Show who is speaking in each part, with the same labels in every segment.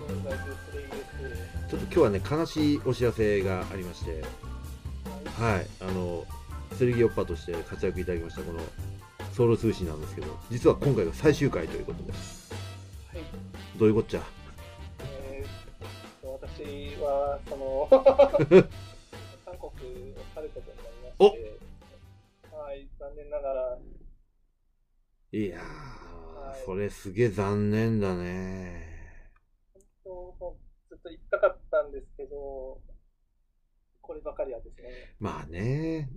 Speaker 1: それいいですね。
Speaker 2: ちょっと今日はね、悲しいお知らせがありまして、はい、あの、セルギオッパとして活躍いただきました、このソウル通信なんですけど、実は今回が最終回ということで、
Speaker 1: はい。
Speaker 2: どういうこっちゃ。
Speaker 1: えー、私は、その、韓国を去ることになりまして、はい、残念ながら、
Speaker 2: いや
Speaker 1: はい
Speaker 2: ー、それすげえ残念だね。
Speaker 1: 本当ずっと行きたかったんですけど、こればかりはですね、
Speaker 2: まあね、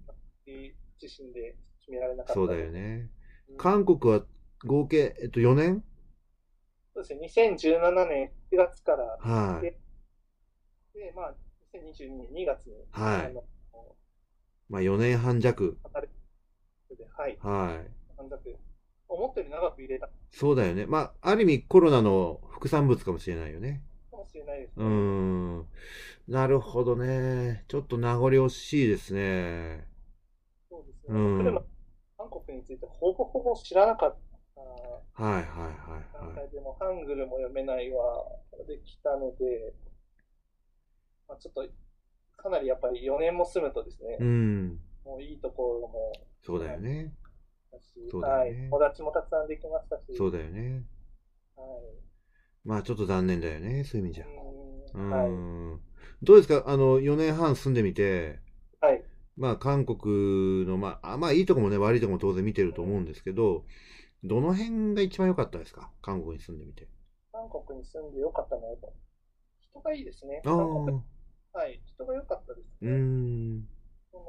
Speaker 1: 自身で決められなかった。
Speaker 2: そうだよ。ね。
Speaker 1: うん
Speaker 2: 韓国は合計、えっと、4年
Speaker 1: そうですね、2017年7月から、
Speaker 2: はい。
Speaker 1: で、まあ、2022年2月に、
Speaker 2: はい
Speaker 1: あの、
Speaker 2: まあ4年半弱。
Speaker 1: 働くで、はい、
Speaker 2: はい。
Speaker 1: 短冊、思ったより長く入れたか
Speaker 2: そうだよね。まあ、ある意味コロナの副産物かもしれないよね。
Speaker 1: もしれないです
Speaker 2: う
Speaker 1: ね。
Speaker 2: ーん。なるほどね。ちょっと名残惜しいですね。
Speaker 1: そうです
Speaker 2: う
Speaker 1: ね。
Speaker 2: ん
Speaker 1: 来る前韓国についてほぼほぼ知らなかった
Speaker 2: はいはいはい
Speaker 1: 段
Speaker 2: はい。
Speaker 1: 階でも、ハングルも読めないわ、できたので、まあ、ちょっと、かなりやっぱり4年も住むとですね、
Speaker 2: うん。
Speaker 1: もういいところも
Speaker 2: そうだよね。
Speaker 1: だし、
Speaker 2: そうだ
Speaker 1: は
Speaker 2: よ
Speaker 1: い、
Speaker 2: ね
Speaker 1: 友達もたくさんできましたし、
Speaker 2: そうだよね。
Speaker 1: はい
Speaker 2: まあちょっと残念だよね。そういう意味じゃ。う
Speaker 1: う
Speaker 2: ー
Speaker 1: んはい。
Speaker 2: ん。どうですかあの、4年半住んでみて、
Speaker 1: はい。
Speaker 2: まあ韓国の、まあ、あまあいいとこもね、悪いとこも当然見てると思うんですけど、どの辺が一番良かったですか韓国に住んでみて。
Speaker 1: 韓国に住んでよかったなと。人がいいですね。
Speaker 2: ああ、
Speaker 1: 韓国
Speaker 2: う
Speaker 1: はい。人が良かったです
Speaker 2: ー
Speaker 1: ね。
Speaker 2: ん。
Speaker 1: その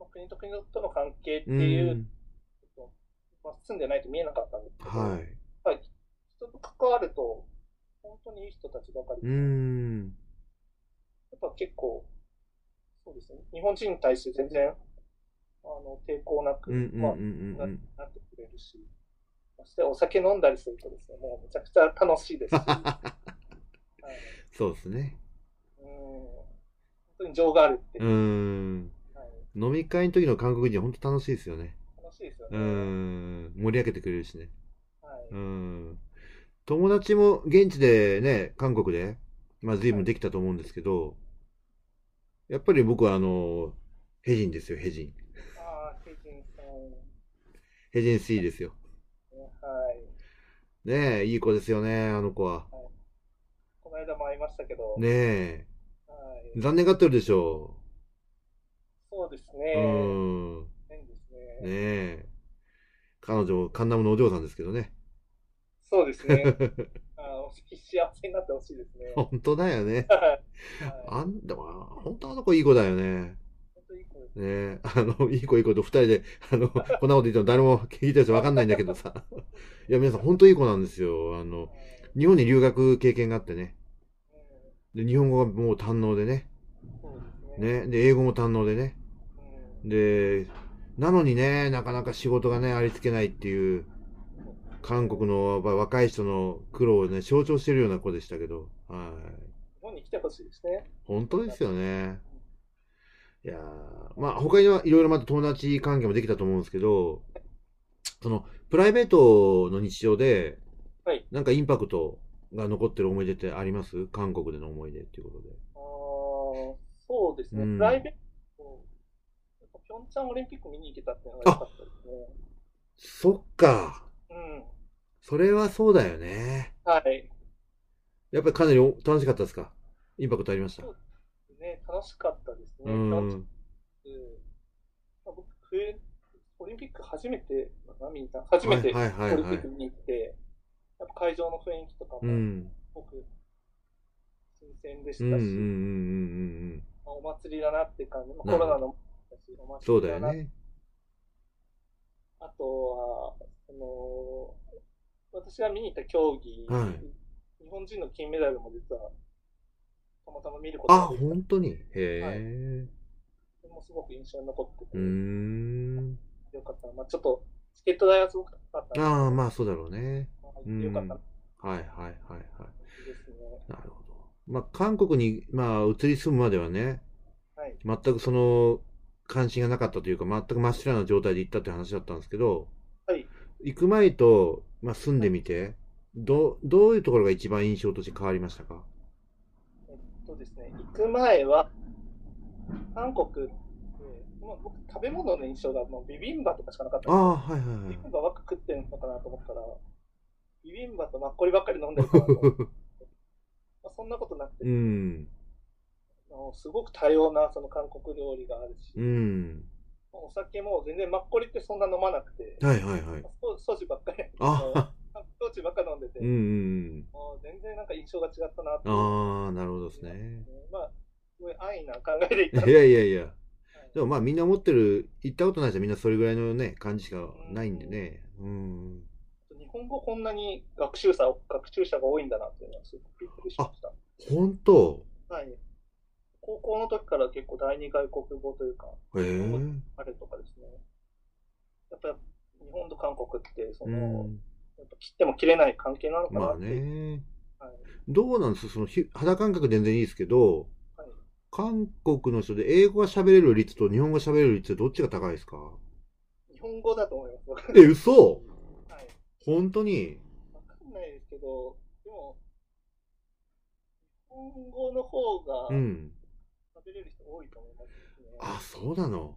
Speaker 1: まあ、国と国との関係って
Speaker 2: う
Speaker 1: いう、
Speaker 2: ん。
Speaker 1: まあ、住んでないと見えなかったんですけど、
Speaker 2: は
Speaker 1: やっ
Speaker 2: い。
Speaker 1: ぱり人と関わると、本当にいい人たちばかり
Speaker 2: う
Speaker 1: で、
Speaker 2: ーん。
Speaker 1: やっぱ結構、そうですね、日本人に対して全然、あの、抵抗なく、
Speaker 2: うんうん
Speaker 1: まあ、
Speaker 2: うんうんうん。
Speaker 1: なってくれるし、そしてお酒飲んだりするとですね、もうめちゃくちゃ楽し いですし、はい
Speaker 2: そうですね。
Speaker 1: うん本当に情があるって、
Speaker 2: うーん。
Speaker 1: はい、
Speaker 2: 飲み会の時の韓国人は本当楽しいですよね。
Speaker 1: 楽しいですよ
Speaker 2: う
Speaker 1: ね。
Speaker 2: ーん。盛り上げてくれるしね。
Speaker 1: はい、
Speaker 2: うーん。友達も現地でね、韓国で、まあ随分できたと思うんですけど、やっぱり僕はあの、ヘジンですよ、ヘジン。
Speaker 1: ああ、成人さん、
Speaker 2: ヘジンスイですよ。
Speaker 1: ね、はい。
Speaker 2: ねえ、いい子ですよね、あの子は。
Speaker 1: この間も会いましたけど、
Speaker 2: ね
Speaker 1: はい
Speaker 2: え、、残念がってるでしょ
Speaker 1: そうです
Speaker 2: う。う
Speaker 1: ね。
Speaker 2: ーん。ね
Speaker 1: 変ですね。
Speaker 2: え。彼女もカンナムのお嬢さんですけどね。
Speaker 1: そうです ね。あの必死幸せになってほしいですね。
Speaker 2: 本当だよね。
Speaker 1: はい。
Speaker 2: あんだわ、本当あの子いい子だよね。
Speaker 1: 本当いい子です。
Speaker 2: ねえ、あの、いい子いい子と二人で、あの、こんなこと言っても誰も聞いた人わかんないんだけどさ。 いや、皆さん本当いい子なんですよ。あの、日本に留学経験があってね。で、日本語がもう堪能でね。
Speaker 1: うんそうですね。
Speaker 2: ね。で、英語も堪能でね。
Speaker 1: うん
Speaker 2: で、なのにね、なかなか仕事がね、ありつけないっていう、韓国のやっぱ若い人の苦労をね、象徴してるような子でしたけど。はい。
Speaker 1: 日本に来てほしいですね。
Speaker 2: 本当ですよね。いやーまあ他にはいろいろまた友達関係もできたと思うんですけど、そのプライベートの日常で、
Speaker 1: はい
Speaker 2: なんかインパクトが残ってる思い出ってあります韓国での思い出っていうことで。
Speaker 1: あーそうですね。
Speaker 2: うん
Speaker 1: プライベート、やっぱピョンチャンオリンピック見に行けたっていうのが良かったですね。
Speaker 2: そっか。
Speaker 1: うん。
Speaker 2: それはそうだよね。
Speaker 1: はい。
Speaker 2: やっぱりかなりお楽しかったですかインパクトありました。
Speaker 1: そうね、楽しかったですね。
Speaker 2: う
Speaker 1: ピョンチャン
Speaker 2: ん。
Speaker 1: うんまあ僕、冬、オリンピック初めて、何見た初めてオ
Speaker 2: はい
Speaker 1: リンピ
Speaker 2: はいはいはい
Speaker 1: ック見に行って、やっぱ会場の雰囲気とかも、
Speaker 2: うん。
Speaker 1: すごく新鮮でし
Speaker 2: う
Speaker 1: た
Speaker 2: んうんうんうん
Speaker 1: し、
Speaker 2: うんうん。
Speaker 1: まあ、お祭りだなって感じ、まあ、
Speaker 2: なるほど
Speaker 1: コロナのだし、お祭り
Speaker 2: そうだよ
Speaker 1: な
Speaker 2: ね。
Speaker 1: あとは、その、私が見に行った競技、
Speaker 2: はい
Speaker 1: 日本人の金メダルも実は、たまたま見ること
Speaker 2: あ、
Speaker 1: ができた
Speaker 2: 本当に。へ
Speaker 1: はい
Speaker 2: え。
Speaker 1: それもすごく印象に残ってて、
Speaker 2: うーん。
Speaker 1: よかったな。まあ、ちょっと、チケット代はすごく高かったんですけど
Speaker 2: ああ、まあそうだろうね。
Speaker 1: ま
Speaker 2: う
Speaker 1: あ
Speaker 2: ん
Speaker 1: よかったな
Speaker 2: はいはいはいはい。
Speaker 1: ですね。
Speaker 2: なるほど。まあ、韓国に、まあ、移り住むまではね、
Speaker 1: はい。
Speaker 2: 全くその、関心がなかったというか、全く真っ白な状態で行ったって話だったんですけど、
Speaker 1: はい。
Speaker 2: 行く前と、まあ、住んでみて、ど、どういうところが一番印象として変わりましたか
Speaker 1: そうですね、行く前は、韓国って、まあ、僕、食べ物の印象がもうビビンバとかしかなかった
Speaker 2: あ
Speaker 1: んで
Speaker 2: あ、はいはいは
Speaker 1: ビ
Speaker 2: い
Speaker 1: ビン。バばっか食ってんのかなと思ったら、ビビンバとマッコリばっかり飲んで るのかなと思って まあそんなことなくて、
Speaker 2: うん。
Speaker 1: あのすごく多様なその韓国料理があるし、
Speaker 2: うん。
Speaker 1: まあお酒も全然マッコリってそんな飲まなくて、
Speaker 2: はいはいはい
Speaker 1: ま。あソソジばっかり、
Speaker 2: あ
Speaker 1: ソジばっかり飲んでて、
Speaker 2: うんうん
Speaker 1: もう全然なんか印象が違ったなって
Speaker 2: う。
Speaker 1: いうん
Speaker 2: ああ、なるほどですね。
Speaker 1: まあ、すごい安易な考えでい
Speaker 2: い
Speaker 1: ったんで
Speaker 2: やいやいや。でもまあみんな持ってる、行ったことない人はみんなそれぐらいのね、感じしかないんでね。うん。
Speaker 1: 日本語こんなに学習者学習者が多いんだなっていうのはすごくびっくりしました。
Speaker 2: 本当
Speaker 1: はい、高校の時から結構第二外国語というか、
Speaker 2: へえ。
Speaker 1: あれとかですね。やっぱり日本と韓国ってそうの、
Speaker 2: ん。
Speaker 1: やっぱ切っても切れない関係なのかな
Speaker 2: まあ
Speaker 1: っていう、
Speaker 2: ね
Speaker 1: はい。
Speaker 2: どうなんですそのひ肌感覚全然いいですけど
Speaker 1: はい、
Speaker 2: 韓国の人で英語が喋れる率と日本語が喋れる率どっちが高いですか
Speaker 1: 日本語だと思います。
Speaker 2: え、嘘
Speaker 1: はい、
Speaker 2: 本当に
Speaker 1: わかんないですけど、でも、日本語の方が
Speaker 2: うん。
Speaker 1: 食べれる人多いと思いますね。
Speaker 2: あ、そうなの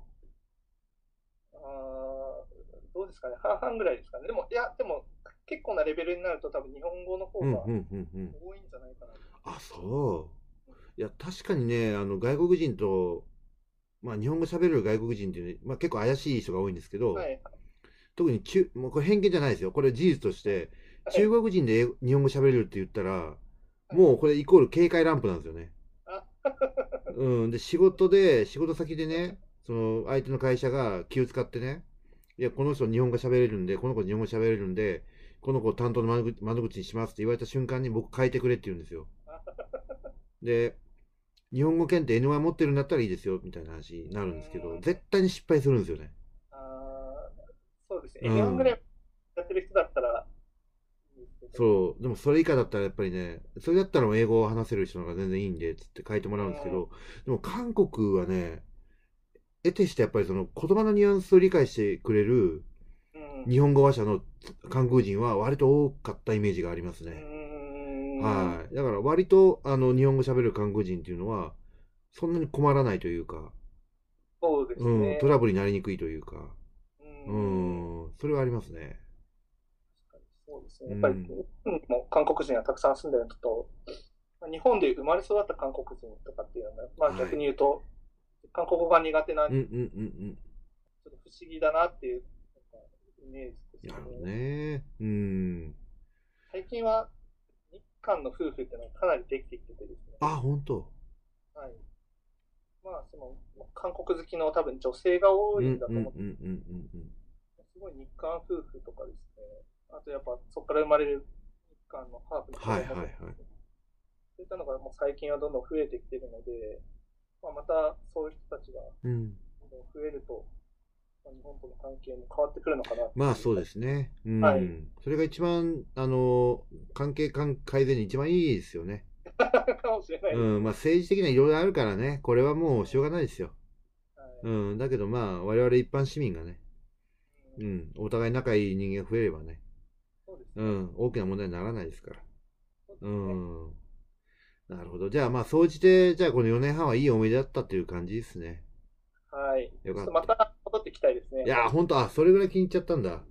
Speaker 1: あーどうですかね、半々ぐらいですかね。でも、いや、でも、結構なレベルになると、多分日本語の方
Speaker 2: うん
Speaker 1: が
Speaker 2: うんうんうん。
Speaker 1: 多いんじゃないかな。
Speaker 2: あ、そう。いや、確かにね、あの、外国人と、まあ、日本語喋れる外国人っていうね、まあ、結構怪しい人が多いんですけど、
Speaker 1: はい。
Speaker 2: 特に中、もうこれ偏見じゃないですよ。これ事実として、
Speaker 1: はい
Speaker 2: 中国人で英語日本語喋れるって言ったら、もうこれイコール警戒ランプなんですよね
Speaker 1: あ。
Speaker 2: うん。で、仕事で、仕事先でね、その、相手の会社が気を使ってね、いや、この人日本語喋れるんで、この子日本語喋れるんで、この子を担当の窓口窓口にしますって言われた瞬間に僕変えてくれって言うんです よ。で、日本語検定 N1 持ってるんだったらいいですよ、みたいな話になるんですけど、絶対に失敗するんですよね。
Speaker 1: あーそうですね。
Speaker 2: うん
Speaker 1: 日本ぐらいやってる人だったら、う。
Speaker 2: そう、でもそれ以下だったらやっぱりね、それだったらもう英語を話せる人の方が全然いいんで、つって書いてもらうんですけど、でも韓国はね、得てしてやっぱりその言葉のニュアンスを理解してくれる
Speaker 1: うん。
Speaker 2: 日本語話者の韓国人は割と多かったイメージがあります
Speaker 1: うー
Speaker 2: ね。
Speaker 1: ん
Speaker 2: はい。だから割とあの日本語喋る韓国人っていうのは、そんなに困らないというか、
Speaker 1: そうです
Speaker 2: うん、
Speaker 1: ね。
Speaker 2: トラブルになりにくいというか、う
Speaker 1: うん
Speaker 2: ん、それはありますね。
Speaker 1: そうですね。やっぱり、
Speaker 2: うん
Speaker 1: 日本にも韓国人がたくさん住んでるのと、まあ日本で生まれ育った韓国人とかっていうのは、まあ
Speaker 2: はい
Speaker 1: 逆に言うと、韓国語が苦手な、
Speaker 2: うん
Speaker 1: ちょっ
Speaker 2: うんうんうん。
Speaker 1: と不思議だなっていう、なんかイメージです
Speaker 2: なるほど
Speaker 1: ね。
Speaker 2: ね。うん。
Speaker 1: 最近は、日韓の夫婦っていうのはかなりできてきててですね。
Speaker 2: あ、本当。
Speaker 1: はい。まあ、その、韓国好きの多分女性が多いんだと思って、
Speaker 2: うんうんうんうんうん
Speaker 1: すごい日韓夫婦とかですね。あとやっぱ、そこから生まれる日韓のハーフの
Speaker 2: はいはいはい
Speaker 1: そういったのがもう最近はどんどん増えてきてるので、まあ、またそういう人たちが
Speaker 2: うん。うん。
Speaker 1: どんどん増えると、まあ、日本との関係も変わってくるのかなってい
Speaker 2: まあそうで。すね。うん。
Speaker 1: はい
Speaker 2: それが一番、あの、関係関改善に一番いいですよね。
Speaker 1: かもしれないです。
Speaker 2: うん。まあ政治的ないろいろあるからね、これはもうしょうがないですよ。
Speaker 1: はい
Speaker 2: うん。だけどまあ、我々一般市民がね、うん。お互い仲いい人間が増えればね、
Speaker 1: そうです
Speaker 2: う
Speaker 1: ね。
Speaker 2: ん。大きな問題にならないですから。
Speaker 1: そうです
Speaker 2: う
Speaker 1: ね
Speaker 2: ん。なるほど。じゃあまあ、総じて、じゃあこの4年半はいい思い出だったという感じですね。
Speaker 1: はい。ち
Speaker 2: よか
Speaker 1: ょ
Speaker 2: っ
Speaker 1: ったとまた戻ってきたいですね。
Speaker 2: いやー、ほんと、あ、それぐらい気に入っちゃったんだ。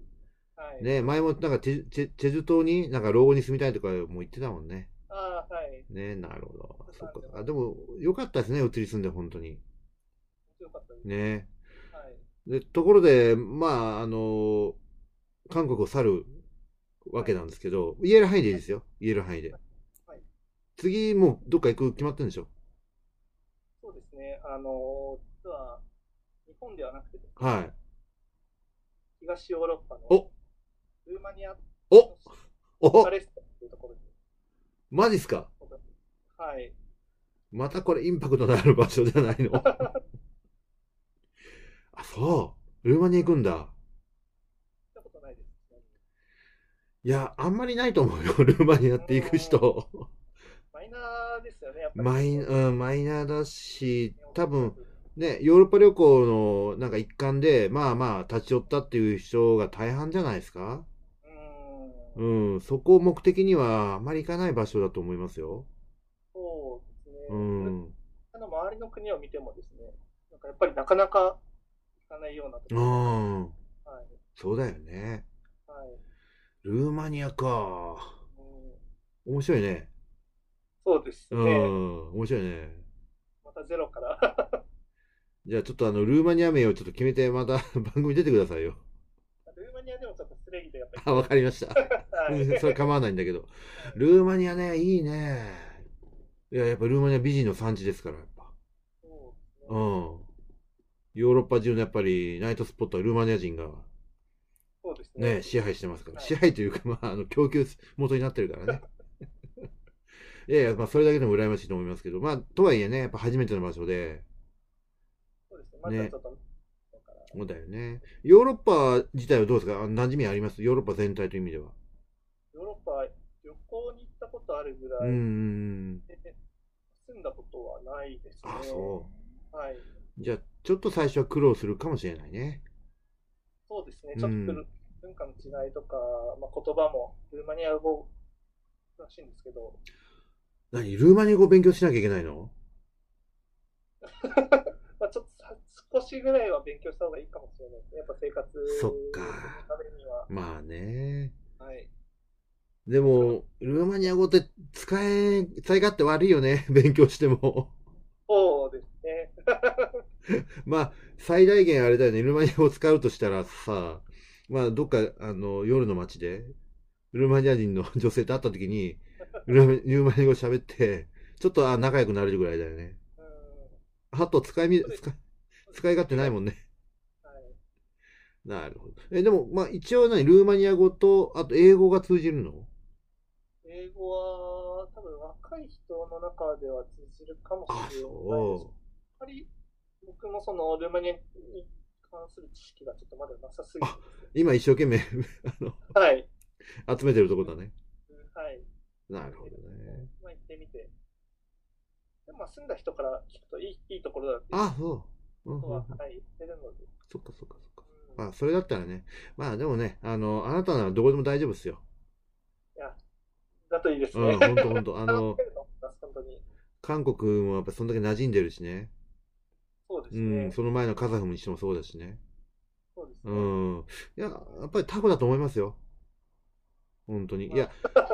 Speaker 1: はい。
Speaker 2: ね前もなんかチェチェチェジュ島になんか老後に住みたいとかも言ってたもんね。
Speaker 1: ああ、はい。
Speaker 2: ねなるほど。そっか。あ、でも、良かったですね、移り住んで、本当に。
Speaker 1: 面白かったです。
Speaker 2: ね
Speaker 1: はい。
Speaker 2: で、ところで、まあ、あの韓国を去るわけなんですけど、言える範囲でいいですよ。言える範囲で
Speaker 1: はい。
Speaker 2: 次、もうどっか行く決まってるんでしょ
Speaker 1: そうですね。あのー、実は、日本ではなくて、
Speaker 2: はい。
Speaker 1: 東ヨーロッパの
Speaker 2: お
Speaker 1: ルーマニア
Speaker 2: お
Speaker 1: の
Speaker 2: お
Speaker 1: パレスタというところに、
Speaker 2: マジっすか
Speaker 1: はい。
Speaker 2: またこれインパクトのある場所じゃない のあ、そう。ルーマニア行くんだ。
Speaker 1: 行ったことないです。
Speaker 2: いや、あんまりないと思うよ、ルーマニアって行く人。
Speaker 1: マイナーですよね、やっぱり。
Speaker 2: マイ、うん、マイナーだし、多分、
Speaker 1: は
Speaker 2: ね、ヨーロッパ旅行のなんか一環で、まあまあ立ち寄ったっていう人が大半じゃないですか。
Speaker 1: い。うーん。
Speaker 2: うん、そこを目的にはあまり行かない場所だと思いますよ。
Speaker 1: そうですね。
Speaker 2: うん。
Speaker 1: あの周りの国を見てもですね、なんかやっぱりなかなか行かないようなところ、
Speaker 2: うん。
Speaker 1: はい
Speaker 2: そうだよね。
Speaker 1: はい
Speaker 2: ルーマニアか。
Speaker 1: うん、
Speaker 2: 面白いね。
Speaker 1: そうです
Speaker 2: う
Speaker 1: ね、
Speaker 2: ん。面白いね。
Speaker 1: またゼロから、
Speaker 2: じゃあちょっとあの、ルーマニア名をちょっと決めて、また 番組出てくださいよ。
Speaker 1: ルーマニアでもちょっとスレイでやっぱ
Speaker 2: あ、わかりました。
Speaker 1: り、は
Speaker 2: う
Speaker 1: い
Speaker 2: んそれ構わないんだけど。ルーマニアね、いいね。いや、やっぱルーマニア美人の産地ですから、やっぱ。
Speaker 1: そうです
Speaker 2: うん
Speaker 1: ね。
Speaker 2: ヨーロッパ中のやっぱりナイトスポットはルーマニア人が
Speaker 1: そうですね
Speaker 2: ね、支配してますから。
Speaker 1: はい
Speaker 2: 支配というか、まあ、あの、供給元になってるからね。いやいや、まあ、それだけでも羨ましいと思いますけど、まあ、とはいえね、やっぱ初めての場所で、
Speaker 1: そうですね。またちょっと、
Speaker 2: そうだよね。ヨーロッパ自体はどうですかあ馴染みありますヨーロッパ全体という意味では。
Speaker 1: ヨーロッパ旅行に行ったことあるぐ
Speaker 2: う
Speaker 1: ら
Speaker 2: んう
Speaker 1: い
Speaker 2: ん
Speaker 1: で、
Speaker 2: うん。
Speaker 1: 住んだことはないですね。
Speaker 2: あ、そ
Speaker 1: はい。
Speaker 2: う。じゃあ、ちょっと最初は苦労するかもしれないね。
Speaker 1: そうですね。
Speaker 2: うん
Speaker 1: ちょっとくる文化の違いとか、まあ、言葉もルーマニア語らしいんですけど、
Speaker 2: 何ルーマニア語勉強しなきゃいけないの
Speaker 1: まあ、ちょっとさ少しぐらいは勉強した方がいいかもしれないですね。やっぱ生活
Speaker 2: そっ
Speaker 1: の
Speaker 2: か
Speaker 1: ためには。
Speaker 2: まあね。
Speaker 1: はい。
Speaker 2: でも、ルーマニア語って使え、使い勝手悪いよね。 勉強しても。
Speaker 1: そうですね。
Speaker 2: まあ、最大限あれだよね。ルーマニア語を使うとしたらさ、まあ、どっか、あの、夜の街で、ルーマニア人の女性と会った時に、ルーマルーマニア語喋って、ちょっと、あ、仲良くなれるぐらいだよね。
Speaker 1: うん。
Speaker 2: あと、使いみ、使い、使い勝手ないもんね。
Speaker 1: はい。
Speaker 2: なるほど。え、でも、まあ、一応何ルーマニア語と、あと、英語が通じるの
Speaker 1: 英語は多分若い人の中では通じるかも
Speaker 2: あ、
Speaker 1: しれないです。やっ
Speaker 2: そ
Speaker 1: ぱり僕もそのルーマニアに関する知識がちょっとまだなさすぎて。
Speaker 2: う。今、一生懸命、 あの、
Speaker 1: はい。
Speaker 2: 集めてるとこだね。
Speaker 1: はい。
Speaker 2: なるほどね。
Speaker 1: まあ行ってみて。でもまあ住んだ人から聞くといいいいところだっていう
Speaker 2: あ、そう。うん
Speaker 1: こと
Speaker 2: うんう
Speaker 1: は、
Speaker 2: ん、
Speaker 1: はい、言ってるので。
Speaker 2: そっかそっかそっか。
Speaker 1: うん
Speaker 2: まあ、それだったらね。まあ、でもね、あの、あなたならどこでも大丈夫ですよ。
Speaker 1: だといいです
Speaker 2: う
Speaker 1: ね
Speaker 2: ん、。ほんとほんと。あの、
Speaker 1: 本当に。
Speaker 2: 韓国もやっぱそんだけ馴染んでるしね。
Speaker 1: そうです
Speaker 2: う
Speaker 1: ね。
Speaker 2: ん、その前のカザフにしてもそうだしね。
Speaker 1: そうです
Speaker 2: う
Speaker 1: ね。
Speaker 2: ん。いや、やっぱりタコだと思いますよ。本当に。いや、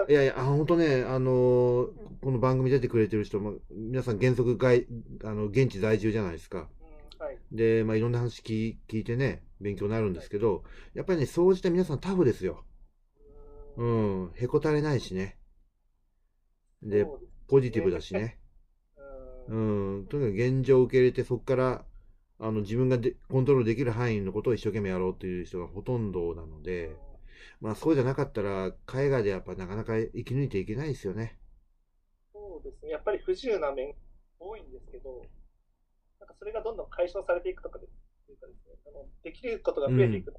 Speaker 2: いやいや、あ本当ね、あの、この番組出てくれてる人、まあ、皆さん原則外、あの、現地在住じゃないですか。
Speaker 1: うんはい。
Speaker 2: で、まあ、いろんな話聞聞いてね、勉強になるんですけど、やっぱりね、総じて皆さんタフですよ。
Speaker 1: う
Speaker 2: うんん、へこたれないしね。で、
Speaker 1: そうです
Speaker 2: ポジティブだしね。
Speaker 1: うん
Speaker 2: うん、とにかく現状を受け入れて、そこから、あの、自分がでコントロールできる範囲のことを一生懸命やろうっていう人がほとんどなので、まあ、そうじゃなかったら、海外でやっぱなかなか生き抜いていけないですよね。
Speaker 1: そうですね、やっぱり不自由な面多いんですけど、なんかそれがどんどん解消されていくとかでいうかですね、あのできることが増えていく、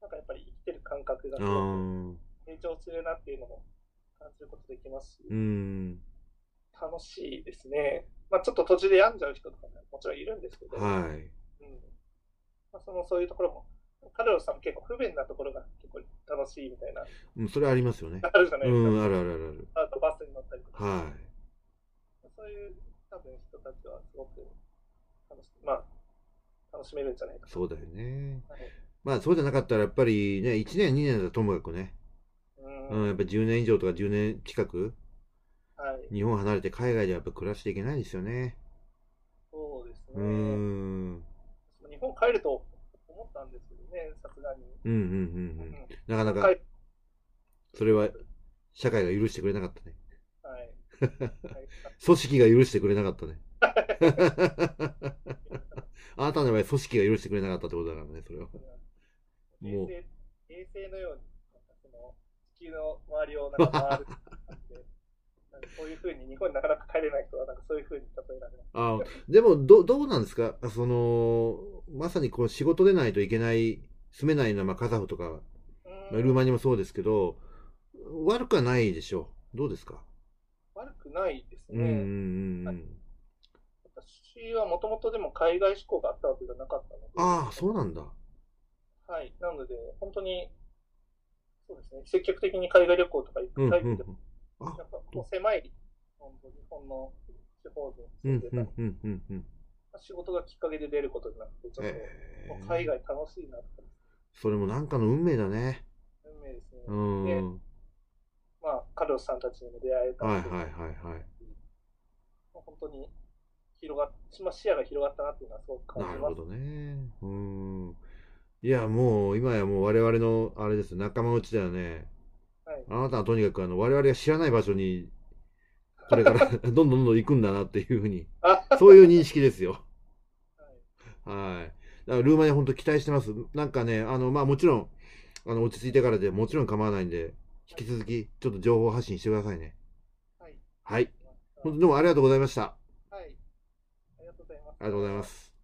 Speaker 1: なんかやっぱり生きてる感覚が
Speaker 2: う
Speaker 1: すごく
Speaker 2: ん、
Speaker 1: 成長するなっていうのも感じることできますし、
Speaker 2: うん、
Speaker 1: 楽しいですね。まあ、ちょっと途中で病んじゃう人とかももちろんいるんですけど、
Speaker 2: はい。
Speaker 1: うんまあ、そのそういうところも、カルロスさんも結構不便なところが結構楽しいみたいな、
Speaker 2: うん、それありますよね。
Speaker 1: あるじゃないうですか。
Speaker 2: ん、あるあるあるある。
Speaker 1: あとバスに乗ったりとか。
Speaker 2: はい。
Speaker 1: そういう多分人たちはすごく楽し,、まあ、楽しめるんじゃないかと。
Speaker 2: そうだよね。
Speaker 1: はい
Speaker 2: まあ、そうじゃなかったら、やっぱりね、1年、2年だともかくね、
Speaker 1: うん
Speaker 2: うん、やっぱ10年以上とか10年近く、
Speaker 1: はい、
Speaker 2: 日本離れて海外でやっぱ暮らしていけないですよね。
Speaker 1: そうです
Speaker 2: うー
Speaker 1: ね。
Speaker 2: ん。
Speaker 1: 日本帰ると思ったんですけどね、さすがに。
Speaker 2: うんうんうんうん。
Speaker 1: う
Speaker 2: なかなんか
Speaker 1: 帰、
Speaker 2: それは、社会が許してくれなかったね。
Speaker 1: はい。はい
Speaker 2: 組織が許してくれなか ったね。あなたの場合、組織が許してくれなかったってことだからね、それは。も
Speaker 1: 衛
Speaker 2: う
Speaker 1: 星衛星のように、なんかその地球の周りをなんか回る感じで。 なんかそういうふうに日本になかなか帰れない人はなんかそういうふうに例えられます。
Speaker 2: あでもど、どうなんですかその、まさにこう仕事でないといけない、住めないのは、まあ、カザフとか、まあルーマニアもそうですけど、悪くはないでしょう。どうですか
Speaker 1: 悪くないです
Speaker 2: うん
Speaker 1: ね。
Speaker 2: うんうんう
Speaker 1: はい
Speaker 2: ん。
Speaker 1: 私はもともとでも海外志向があったわけじゃなかったので、
Speaker 2: ああ、そうなんだ。
Speaker 1: はい。なので、本当に、そうですね、積極的に海外旅行とか
Speaker 2: う
Speaker 1: 行
Speaker 2: ん
Speaker 1: く
Speaker 2: うんう
Speaker 1: タイプでも、
Speaker 2: ん。あ
Speaker 1: やっぱこう狭い、本当日本の地方に
Speaker 2: う
Speaker 1: 住ん
Speaker 2: ん
Speaker 1: でた、
Speaker 2: うんうんうんうん。
Speaker 1: 仕事がきっかけで出ることになって、ちょっと、
Speaker 2: え
Speaker 1: もう
Speaker 2: ー
Speaker 1: 海外楽しいなって、
Speaker 2: それもなんかの運命だね。
Speaker 1: 運命ですね。
Speaker 2: うん。
Speaker 1: でまあ、カルロスさんたちにも出会えた
Speaker 2: はいはい
Speaker 1: し
Speaker 2: はいはい。
Speaker 1: もう本当に広がっ、まあ、視野が広がったなっていうのはすごく感
Speaker 2: な
Speaker 1: じ
Speaker 2: る
Speaker 1: ま
Speaker 2: ほ
Speaker 1: す。
Speaker 2: どね。うん。いや、もう、今やもう我々の、あれです、仲間内だよね。
Speaker 1: はい
Speaker 2: あなたはとにかく、あの、我々が知らない場所に、これ から、どんどんどんどん行くんだなっていうふうに
Speaker 1: あ、
Speaker 2: そういう認識ですよ。
Speaker 1: はい
Speaker 2: はい。だから、ルーマニア本当期待してます。なんかね、あの、まあもちろん、あの、落ち着いてからでもちろん構わないんで、引き続き、ちょっと情報発信してくださいね。
Speaker 1: はい。
Speaker 2: はい。本当どうもありがとうございました。あ
Speaker 1: はい。ありがとうございます。
Speaker 2: りがとうございます。